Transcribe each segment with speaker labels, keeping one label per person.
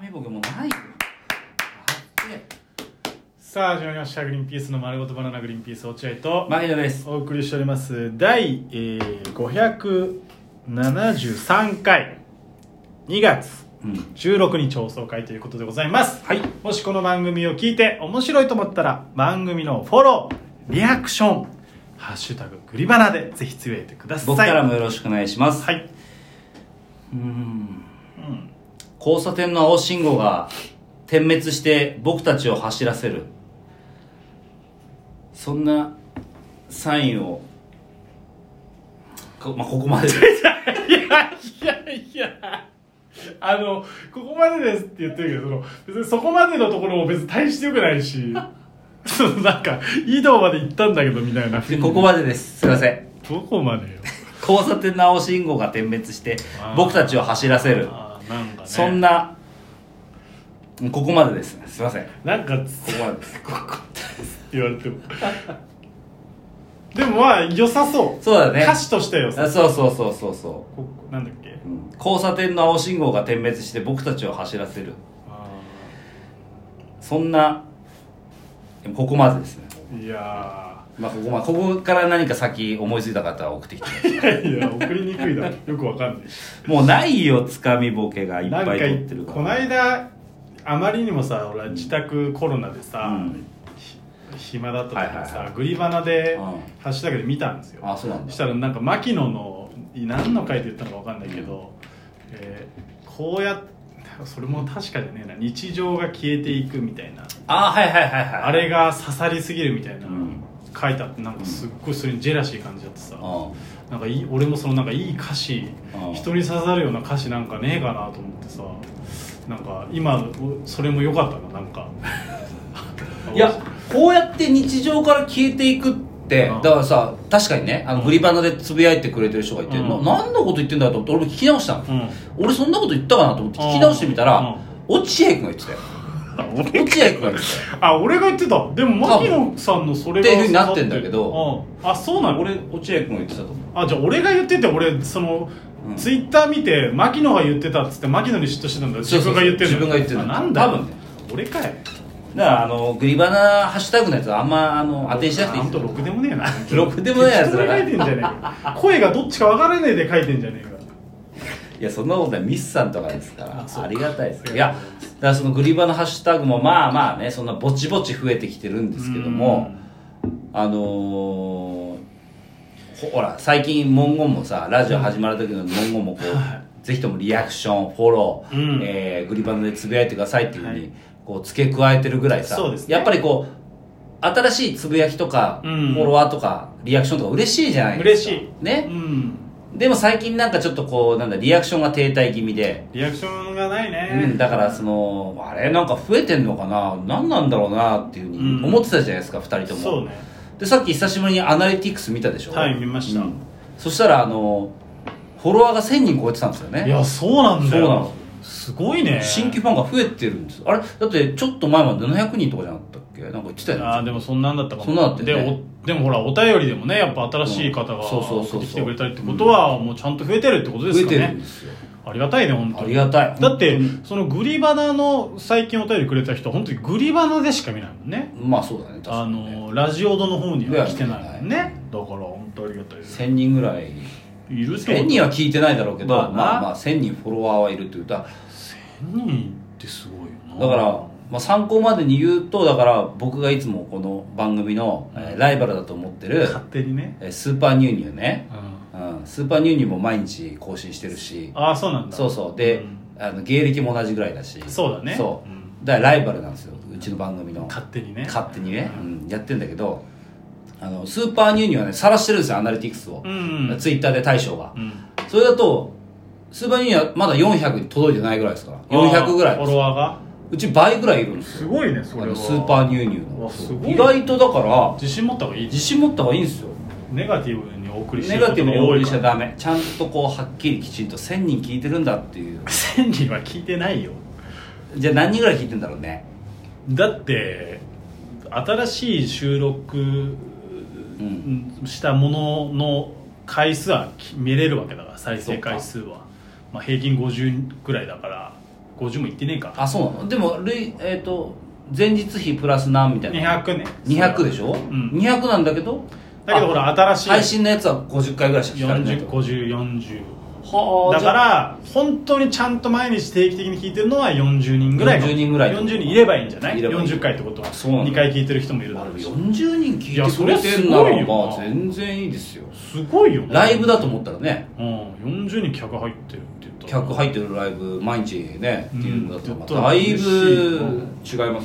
Speaker 1: み僕もうないよあっ
Speaker 2: さあ始まりました「グリーンピースの丸ごとバナナグリーンピース落合」
Speaker 1: て
Speaker 2: と
Speaker 1: マギドです
Speaker 2: お送りしております第、えー、573回2月
Speaker 1: うん
Speaker 2: 16日放送回ということでございます
Speaker 1: はい
Speaker 2: もしこの番組を聞いて面白いと思ったら番組のフォローリアクション「ハッシュタググリバナ」でぜひつぶやいてください
Speaker 1: 僕からもよろしくお願いします、
Speaker 2: は
Speaker 1: う
Speaker 2: い、
Speaker 1: ーん
Speaker 2: うん、
Speaker 1: 交差点の青信号が点滅して僕たちを走らせるそんなサインをこ,、まあ、ここまでで
Speaker 2: いやいやいやあのここまでですって言ってるけどその別にそこまでのところも別に大してよくないし そのなんか井戸まで行ったんだけどみたいな
Speaker 1: で ここまでですすいません
Speaker 2: どこまでよ
Speaker 1: 交差点の青信号が点滅して僕たちを走らせる
Speaker 2: あーなんかね
Speaker 1: そんなここまでですすいませんこ
Speaker 2: なんかつ
Speaker 1: こまでです
Speaker 2: 言われてもでもまあ良さそう
Speaker 1: そうだね
Speaker 2: 歌詞としては良
Speaker 1: あ
Speaker 2: さ
Speaker 1: そうそうそうそうそ
Speaker 2: ここなんだっけ
Speaker 1: う、うん交差点の青信号が点滅して僕たちを走らせる
Speaker 2: あ
Speaker 1: そんなでもここまでですね
Speaker 2: ーいや
Speaker 1: まあここまあここから何か先思いついた方は送ってきて
Speaker 2: ーいやいや送りにくいだろよくわかんない し
Speaker 1: もうないよつかみボケがいっ
Speaker 2: な
Speaker 1: ぱ
Speaker 2: んか
Speaker 1: い撮ってるから
Speaker 2: こないだあまりにもさ俺は自宅コロナでさ、
Speaker 1: うん
Speaker 2: ひ暇だった時にさ、
Speaker 1: はいはいはい
Speaker 2: グリバナで、
Speaker 1: うん
Speaker 2: ハッシュタグで見たんですよ
Speaker 1: あそうなんだ
Speaker 2: したらなんか牧野の何の回って言ったのかわかんないけど、えーこうやってそれも確かじゃねえな日常が消えていくみたいな
Speaker 1: あはいはいはいはい
Speaker 2: あれが刺さりすぎるみたいな、
Speaker 1: うん
Speaker 2: 書いてあってなんかすっごいそれにジェラシー感じだってさ、
Speaker 1: う
Speaker 2: なんかいい俺もそのなんかいい歌詞、
Speaker 1: うん
Speaker 2: 人に刺さるような歌詞なんかねえかなと思ってさなんか今それも良かったななんか
Speaker 1: んいやこうやって日常から消えていくって
Speaker 2: うん
Speaker 1: だからさ確かにねあのグリバナでつぶやいてくれてる人がいて、
Speaker 2: うん
Speaker 1: な何のこと言ってんだと思って俺も聞き直したの、
Speaker 2: うん
Speaker 1: 俺そんなこと言ったかなと思って聞き直してみたら、
Speaker 2: うん
Speaker 1: 落合君が言ってたよ落合君が言ってたよ
Speaker 2: あ俺が言ってたでも
Speaker 1: 多
Speaker 2: 牧
Speaker 1: 分
Speaker 2: 野さんのそれ
Speaker 1: っていうふうになってんだけど、
Speaker 2: うんあそう なの
Speaker 1: 俺落合君が言ってたと思う
Speaker 2: あじゃあ俺が言ってて俺その、
Speaker 1: うん
Speaker 2: ツイッター見て牧野が言ってたっつって牧野に嫉妬してたんだよ
Speaker 1: そうそう
Speaker 2: 自
Speaker 1: そう
Speaker 2: 分が言ってる
Speaker 1: 自分が言ってるの
Speaker 2: なんだよ
Speaker 1: 多分ね
Speaker 2: 俺かい
Speaker 1: だからあのグリバナハッシュタグのやつはあんまあの当てにしなくていい
Speaker 2: あん
Speaker 1: です
Speaker 2: と
Speaker 1: よ
Speaker 2: ろくでもねえな
Speaker 1: ろくでもねえやつらが
Speaker 2: 適当に書いてんじゃねえか声がどっちか分からねえで書いてんじゃねえか
Speaker 1: いやそんなことないミスさんとかですから
Speaker 2: あそう
Speaker 1: ありがたいですいやだからそのグリバナハッシュタグもまあまあねそんなぼちぼち増えてきてるんですけどもあのーほほら最近文言もさラジオ始まる時の文言もこうぜひともリアクションフォロー、
Speaker 2: うん
Speaker 1: えーグリバナでつぶやいてくださいっていうふう
Speaker 2: は
Speaker 1: に
Speaker 2: い
Speaker 1: こう付け加えてるぐらいさ、
Speaker 2: そうですね
Speaker 1: やっぱりこう新しいつぶやきとか、
Speaker 2: うん
Speaker 1: フォロワーとかリアクションとか嬉しいじゃないですか
Speaker 2: 嬉しい
Speaker 1: ね、
Speaker 2: うん
Speaker 1: でも最近なんかちょっとこうなんだリアクションが停滞気味で、
Speaker 2: リアクションがないね、
Speaker 1: うん、だからそのあれなんか増えてんのかな何なんだろうなっていうふうに思ってたじゃないですか、二2人とも
Speaker 2: そうね
Speaker 1: でさっき久しぶりにアナリティクス見たでしょ
Speaker 2: はい見ました
Speaker 1: うんそしたらあのフォロワーが1000人超えてたんですよ
Speaker 2: い
Speaker 1: ね
Speaker 2: やそうなんだよ
Speaker 1: そうなの
Speaker 2: すごいね
Speaker 1: 新規ファンが増えてるんですあれだってちょっと前まで700人とかじゃなかったっけなんか言ってたよね
Speaker 2: あーでもそんなんだったかも
Speaker 1: そんなんだったよね
Speaker 2: でおでもほらお便りでもねやっぱ新しい方が
Speaker 1: うんそうそうそうそう
Speaker 2: 送ってきてくれたりってことはもうちゃんと増えてるってことで
Speaker 1: 増え
Speaker 2: すか
Speaker 1: てるん
Speaker 2: ね
Speaker 1: ですよ
Speaker 2: ありがたいね本当
Speaker 1: ありがたい
Speaker 2: だって
Speaker 1: 本当に
Speaker 2: そのグリバナの最近お便りくれた人本当にグリバナでしか見ないもんね
Speaker 1: まあそうだね確
Speaker 2: あ
Speaker 1: かに、ね、
Speaker 2: のラジオドの方には来てないもんねだから本当ありがたいです
Speaker 1: 1000人ぐらい
Speaker 2: いるってこと
Speaker 1: 1000人は聞いてないだろうけど、
Speaker 2: ま
Speaker 1: ま
Speaker 2: あ
Speaker 1: あ、
Speaker 2: な
Speaker 1: まあ1000人フォロワーはいるっていうだ
Speaker 2: 1000人ってすごいよな
Speaker 1: だから、まあ、参考までに言うとだから僕がいつもこの番組の、えーライバルだと思ってる、
Speaker 2: 勝手にね、
Speaker 1: えースーパーニューニューね、
Speaker 2: うん、
Speaker 1: うん、スーパーニューニューも毎日更新してるし
Speaker 2: ああそうなんだ
Speaker 1: そうそうで、
Speaker 2: ん
Speaker 1: あの芸歴も同じぐらいだし
Speaker 2: そうだね
Speaker 1: そう
Speaker 2: うん
Speaker 1: だからライバルなんですようちの番組の
Speaker 2: 勝手にね
Speaker 1: 勝手にね、
Speaker 2: う
Speaker 1: うん、やってんだけどあのスーパーニューニューはね晒してるんですよアナリティクスを、
Speaker 2: うんうん
Speaker 1: ツイッターで大将が、
Speaker 2: うん
Speaker 1: それだとスーパーニューニューはまだ400に届いてないぐらいですから400ぐらい
Speaker 2: フ
Speaker 1: で
Speaker 2: ォ
Speaker 1: す
Speaker 2: ロワーが
Speaker 1: うち倍ぐらいいるんですよ
Speaker 2: すごいね
Speaker 1: あ
Speaker 2: それ
Speaker 1: の
Speaker 2: は
Speaker 1: スーパーニューニュー
Speaker 2: う
Speaker 1: の
Speaker 2: わすごい
Speaker 1: 意外とだから
Speaker 2: 自信持った方がいい
Speaker 1: 自信持った方がいいんですよ
Speaker 2: ネガティブにお送りして
Speaker 1: ネガティブに多いしちゃ
Speaker 2: だ
Speaker 1: ダメちゃんとこうはっきりきちんと1000人聞いてるんだっていう
Speaker 2: 1000人は聞いてないよ
Speaker 1: じゃあ何人ぐらい聞いてんだろうね
Speaker 2: だって新しい収録
Speaker 1: ん
Speaker 2: したものの回数はき見れるわけだから再生回数は、まあ、平均50ぐらいだから50もいってねえか
Speaker 1: あそうなのでも累えっ、と前日比プラス何みたいな
Speaker 2: 200ね
Speaker 1: 200でしょ、
Speaker 2: ん
Speaker 1: 200なんだけど
Speaker 2: だけどほら新しい
Speaker 1: 配信のやつは50回ぐらいしか聞かれてないと
Speaker 2: 405040
Speaker 1: は
Speaker 2: だか
Speaker 1: じゃあ
Speaker 2: ら本当にちゃんと毎日定期的に聞いてるのは40人ぐらいかも
Speaker 1: 40人ぐらい
Speaker 2: 40人いればいいんじゃない
Speaker 1: いればいい
Speaker 2: 40回ってことは
Speaker 1: そうなんだ
Speaker 2: 2回聞いてる人もいるだ
Speaker 1: あ
Speaker 2: ろ
Speaker 1: れ
Speaker 2: うし
Speaker 1: 40人聞
Speaker 2: いや
Speaker 1: いて
Speaker 2: そ
Speaker 1: く
Speaker 2: れ
Speaker 1: れてんな
Speaker 2: すごい
Speaker 1: ら
Speaker 2: よ
Speaker 1: ま
Speaker 2: な
Speaker 1: あ全然いいですよ
Speaker 2: すごいよ
Speaker 1: ライブだと思ったらね
Speaker 2: うん40人客入ってるって言ったら
Speaker 1: 客入ってるライブ毎日ねっていうのだとまた
Speaker 2: うん
Speaker 1: だいぶ違いま
Speaker 2: うん
Speaker 1: すよねそれはありま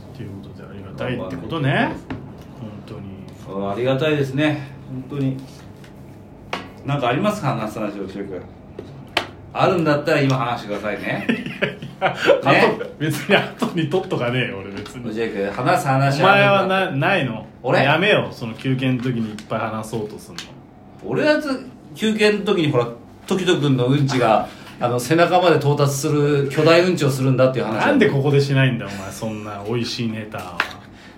Speaker 1: す
Speaker 2: っていうことでありがたいってことね本当
Speaker 1: う
Speaker 2: に
Speaker 1: んありがたいですね本当になんかありますか話す話をしてくあるんだったら今話してください ね
Speaker 2: あと別に後に取っとかねえよ俺別に
Speaker 1: ジェイク話す話
Speaker 2: お前
Speaker 1: ある
Speaker 2: は
Speaker 1: んだ
Speaker 2: なないの
Speaker 1: 俺
Speaker 2: やめよその休憩の時にいっぱい話そうとすんの
Speaker 1: 俺はつ休憩の時にほら時々君のうんちがあの背中まで到達する巨大うんちをするんだっていう話
Speaker 2: なんでここでしないんだよお前そんな美味しいネタ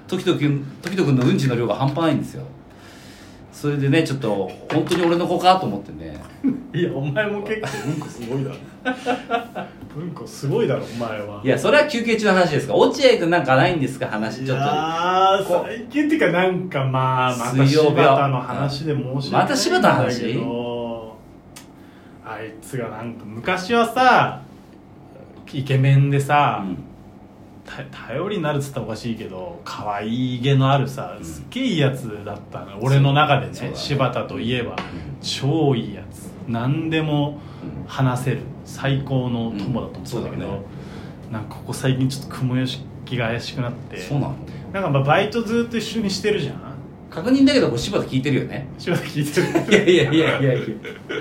Speaker 1: 時々君時々君のうんちの量が半端ないんですよそれでねちょっと本当に俺の子かと思ってね
Speaker 2: いやお前も結構うんこすごいだろうんこすごいだろお前はい
Speaker 1: やそれは休憩中の話ですから落合君なんかないんですか話ちょっと
Speaker 2: や
Speaker 1: こう
Speaker 2: 最近っていうかなんかまあまた
Speaker 1: 水曜
Speaker 2: 柴
Speaker 1: 日は
Speaker 2: 田の話で申し訳ないんだけど
Speaker 1: また柴田の話
Speaker 2: あいつがなんか昔はさイケメンでさ、
Speaker 1: うん
Speaker 2: た頼りになるっつったらおかしいけど可愛いげのあるさすっげえいいやつだったの俺の中でね
Speaker 1: そうだね
Speaker 2: 柴田といえば超いいやつ何でも話せる最高の友だと思ってたんだけど、
Speaker 1: うんそう
Speaker 2: なんかここ最近ちょっと雲行きが怪しくなって
Speaker 1: そうなの
Speaker 2: なんかまあバイトずっと一緒にしてるじゃん
Speaker 1: 確認だけどこれ柴田聞いてるよね
Speaker 2: 柴田聞いて る
Speaker 1: いやいやいやいやいや
Speaker 2: 柴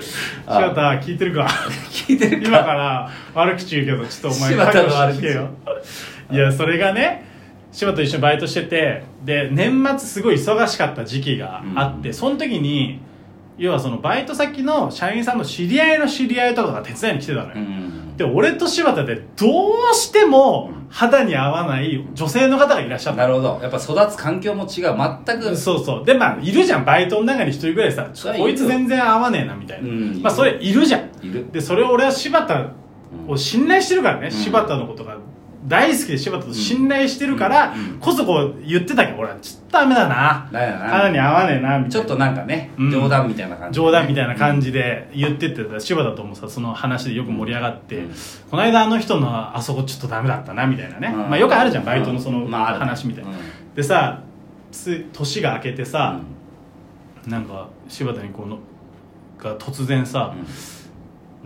Speaker 2: 田聞いてるか
Speaker 1: 聞いてる
Speaker 2: 今から悪口言うけどちょっとお前
Speaker 1: 柴田の悪口
Speaker 2: 覚悟してよいやそれがね柴田と一緒にバイトしててで年末すごい忙しかった時期があって、
Speaker 1: うん
Speaker 2: その時に要はそのバイト先の社員さんの知り合いの知り合いとかが手伝いに来てたのよ、
Speaker 1: うん
Speaker 2: で俺と柴田でどうしても肌に合わない女性の方がいらっしゃった
Speaker 1: なるほどやっぱ育つ環境も違う全く
Speaker 2: そうそうでまあいるじゃんバイトの中に一人ぐらいさ
Speaker 1: そりゃいるよ
Speaker 2: こいつ全然合わねえなみたいな、
Speaker 1: うん
Speaker 2: まあそれいるじゃん
Speaker 1: いる
Speaker 2: でそれを俺は柴田を信頼してるからね、
Speaker 1: ん
Speaker 2: 柴田のことが大好きで柴田と信頼してるから、
Speaker 1: うんうん
Speaker 2: こそこう言ってたけど俺はちょっとダメだな
Speaker 1: だよな
Speaker 2: 肌に合わねえなみたいな
Speaker 1: ちょっとなんかね、
Speaker 2: うん
Speaker 1: 冗談みたいな感じ、
Speaker 2: 冗談みたいな感じで言ってってた柴田ともさその話でよく盛り上がって、
Speaker 1: うん
Speaker 2: この間あの人のあそこちょっとダメだったなみたいなね、
Speaker 1: うん
Speaker 2: まあよくあるじゃんバイトのその
Speaker 1: うんまあある
Speaker 2: 話みたいな、
Speaker 1: う
Speaker 2: でさつ年が明けてさ、
Speaker 1: う
Speaker 2: なんか柴田にこのが突然さ、
Speaker 1: ん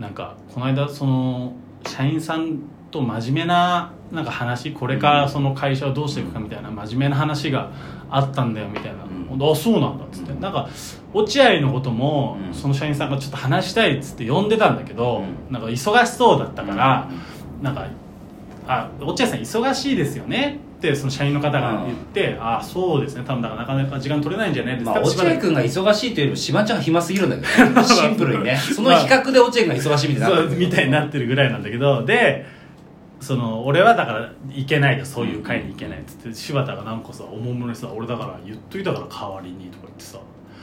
Speaker 2: なんかこの間その社員さんと真面目ななんか話これからその会社をどうしていくかみたいな真面目な話があったんだよみたいな、
Speaker 1: うん
Speaker 2: あそうなんだっつって、
Speaker 1: うん
Speaker 2: なんか落合のことも
Speaker 1: うん
Speaker 2: その社員さんがちょっと話したいっつって呼んでたんだけど、
Speaker 1: う
Speaker 2: なんか忙しそうだったから、
Speaker 1: うん
Speaker 2: なんか「あ落合さん忙しいですよね」ってその社員の方が言って「あそうですね多分だからなかなか時間取れないんじゃないです
Speaker 1: ま
Speaker 2: か」
Speaker 1: あ、
Speaker 2: って
Speaker 1: 落合君が忙しいというよりも、しまちゃんが暇すぎるんだ けど、ね、シンプルにね。その
Speaker 2: まあ
Speaker 1: 比較で落合君が忙しいみたいにな
Speaker 2: そ
Speaker 1: っ
Speaker 2: う
Speaker 1: てる
Speaker 2: みたいになってるぐらいなんだけどでその俺はだから行けないよそういう会に行けないっつって柴田がなんかさおもむろにさ俺だから言っといたから代わりにとか言ってさ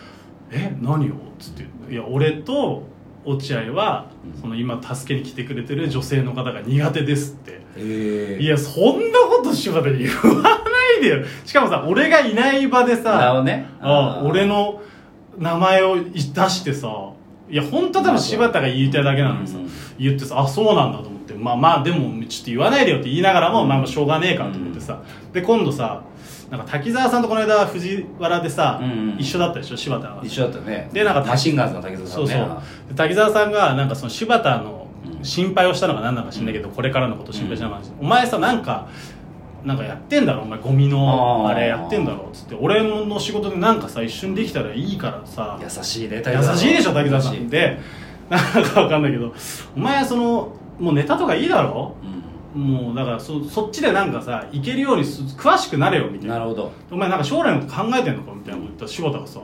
Speaker 2: 「え何を?」っつって「いや俺と落合はその今助けに来てくれてる女性の方が苦手です」って。
Speaker 1: ええ
Speaker 2: いやそんなこと柴田に言わないでよしかもさ俺がいない場で
Speaker 1: なるほ
Speaker 2: さ
Speaker 1: どね。
Speaker 2: あ
Speaker 1: ー
Speaker 2: 俺。の名前を出してさいや本当は多分柴田が言いたいだけなのにさ、
Speaker 1: うん
Speaker 2: 言ってさあそうなんだと思ってまあまあでもちょっと言わないでよって言いながらも、まあまあしょうがねえかと思ってさ、で今度さなんか滝沢さんとこの間藤原でさ、
Speaker 1: うんうん
Speaker 2: 一緒だったでしょ柴田が
Speaker 1: 一緒だったね。
Speaker 2: でなんか
Speaker 1: マシンガンズの竹
Speaker 2: そ
Speaker 1: 澤
Speaker 2: う
Speaker 1: さ
Speaker 2: そ
Speaker 1: んね。
Speaker 2: うで滝沢さんがなんかその柴田の
Speaker 1: うん
Speaker 2: 心配をしたのか何なのか知んないけど、これからのことを心配したのか知んないお前さなんかなんかやってんだろお前ゴミの
Speaker 1: あー
Speaker 2: あれやってんだろっつって俺の仕事でなんかさ一緒にできたらいいからさ
Speaker 1: 優しいね、
Speaker 2: 優しいでしょ滝沢さ
Speaker 1: 優し
Speaker 2: ん
Speaker 1: い
Speaker 2: でなんかわかんないけどお前そのもうネタとかいいだろもうだからそそっちでなんかさいけるようにす詳しくなれよ
Speaker 1: う
Speaker 2: みた
Speaker 1: ん
Speaker 2: い
Speaker 1: な
Speaker 2: な
Speaker 1: るほど。
Speaker 2: お前なんか将来のこと考えてんのかみたいなこと言ったら柴田がさ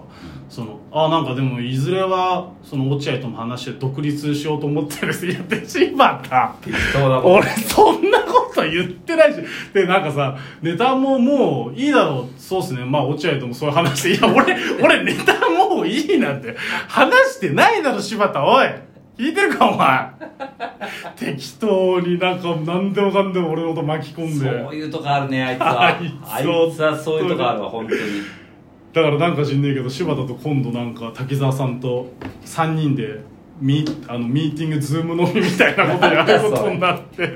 Speaker 2: そのあなんかでもいずれはその落合とも話して独立しようと思ってるしいやって柴田
Speaker 1: 適当なこと。
Speaker 2: 俺そんなこと言ってないしでなんかさネタももういいだろうそうっすねまあ落合ともそういう話でいや俺俺ネタもういいなんて話してないだろ柴田おい聞いてるかお前適当になんか何でもかんでも俺のこと巻き込んで
Speaker 1: そういうとこあるねあいつは
Speaker 2: あ
Speaker 1: あ
Speaker 2: い
Speaker 1: い
Speaker 2: つ
Speaker 1: つはそういうとこあるわ本当に
Speaker 2: だからなんか知んねえけど柴田と今度なんか滝沢さんと3人でミあのミーティングズーム飲みみたいなことやることになって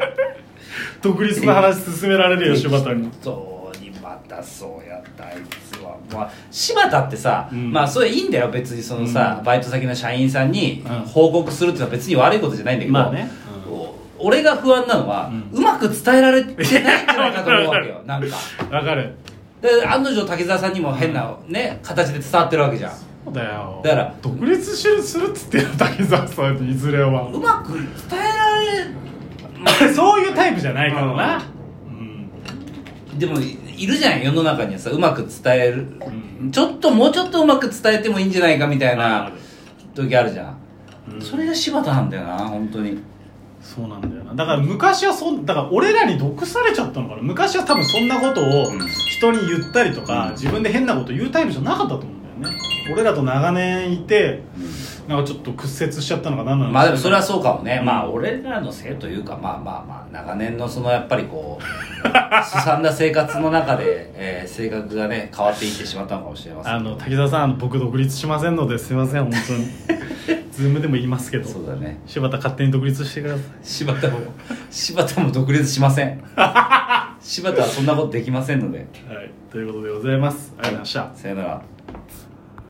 Speaker 2: 独立の話進められるよ柴田に
Speaker 1: 適当にまたそうやったあいつはまあ柴田ってさ、
Speaker 2: うん
Speaker 1: まあそれいいんだよ別にそのさ、バイト先の社員さんに
Speaker 2: うん
Speaker 1: 報告するっていうのは別に悪いことじゃないんだけど、
Speaker 2: まあねうん
Speaker 1: お俺が不安なのは、
Speaker 2: う
Speaker 1: うまく伝えられてないんじゃないかと思うわけ よなんか
Speaker 2: わかる
Speaker 1: で案の定滝沢さんにも変な、ね形で伝わってるわけじゃん
Speaker 2: そうだよ
Speaker 1: だから
Speaker 2: 独立するするっつってよ滝沢さんにいずれは
Speaker 1: うまく伝えられ
Speaker 2: そういうタイプじゃないからな、
Speaker 1: でもいいるじゃん世の中にはさうまく伝える、
Speaker 2: う
Speaker 1: ちょっともうちょっとうまく伝えてもいいんじゃないかみたいな
Speaker 2: ある
Speaker 1: 時あるじゃん、
Speaker 2: うん
Speaker 1: それが柴田なんだよな本当に
Speaker 2: そうなんだよなだから昔はそんだから俺らに毒されちゃったのかな昔は多分そんなことを
Speaker 1: うん
Speaker 2: 人に言ったりとか、
Speaker 1: うん
Speaker 2: 自分で変なこと言うタイプじゃなかったと思うんだよね俺らと長年いてなんかちょっと屈折しちゃったのか何なのか
Speaker 1: まあでもそれはそうかもね、
Speaker 2: うん
Speaker 1: まあ俺らのせいというかまあまあまあ長年のそのやっぱりこ うすさんだ生活の中で、えー性格がね変わっていってしまったのかもしれません
Speaker 2: あの滝沢さん僕独立しませんのですいません本 当にズームでも言いますけど
Speaker 1: そうだね
Speaker 2: 柴田勝手に独立してください
Speaker 1: 柴田も柴田も独立しません柴田はそんなことできませんので
Speaker 2: はい、ということでございます。ありがとうございました。
Speaker 1: さよなら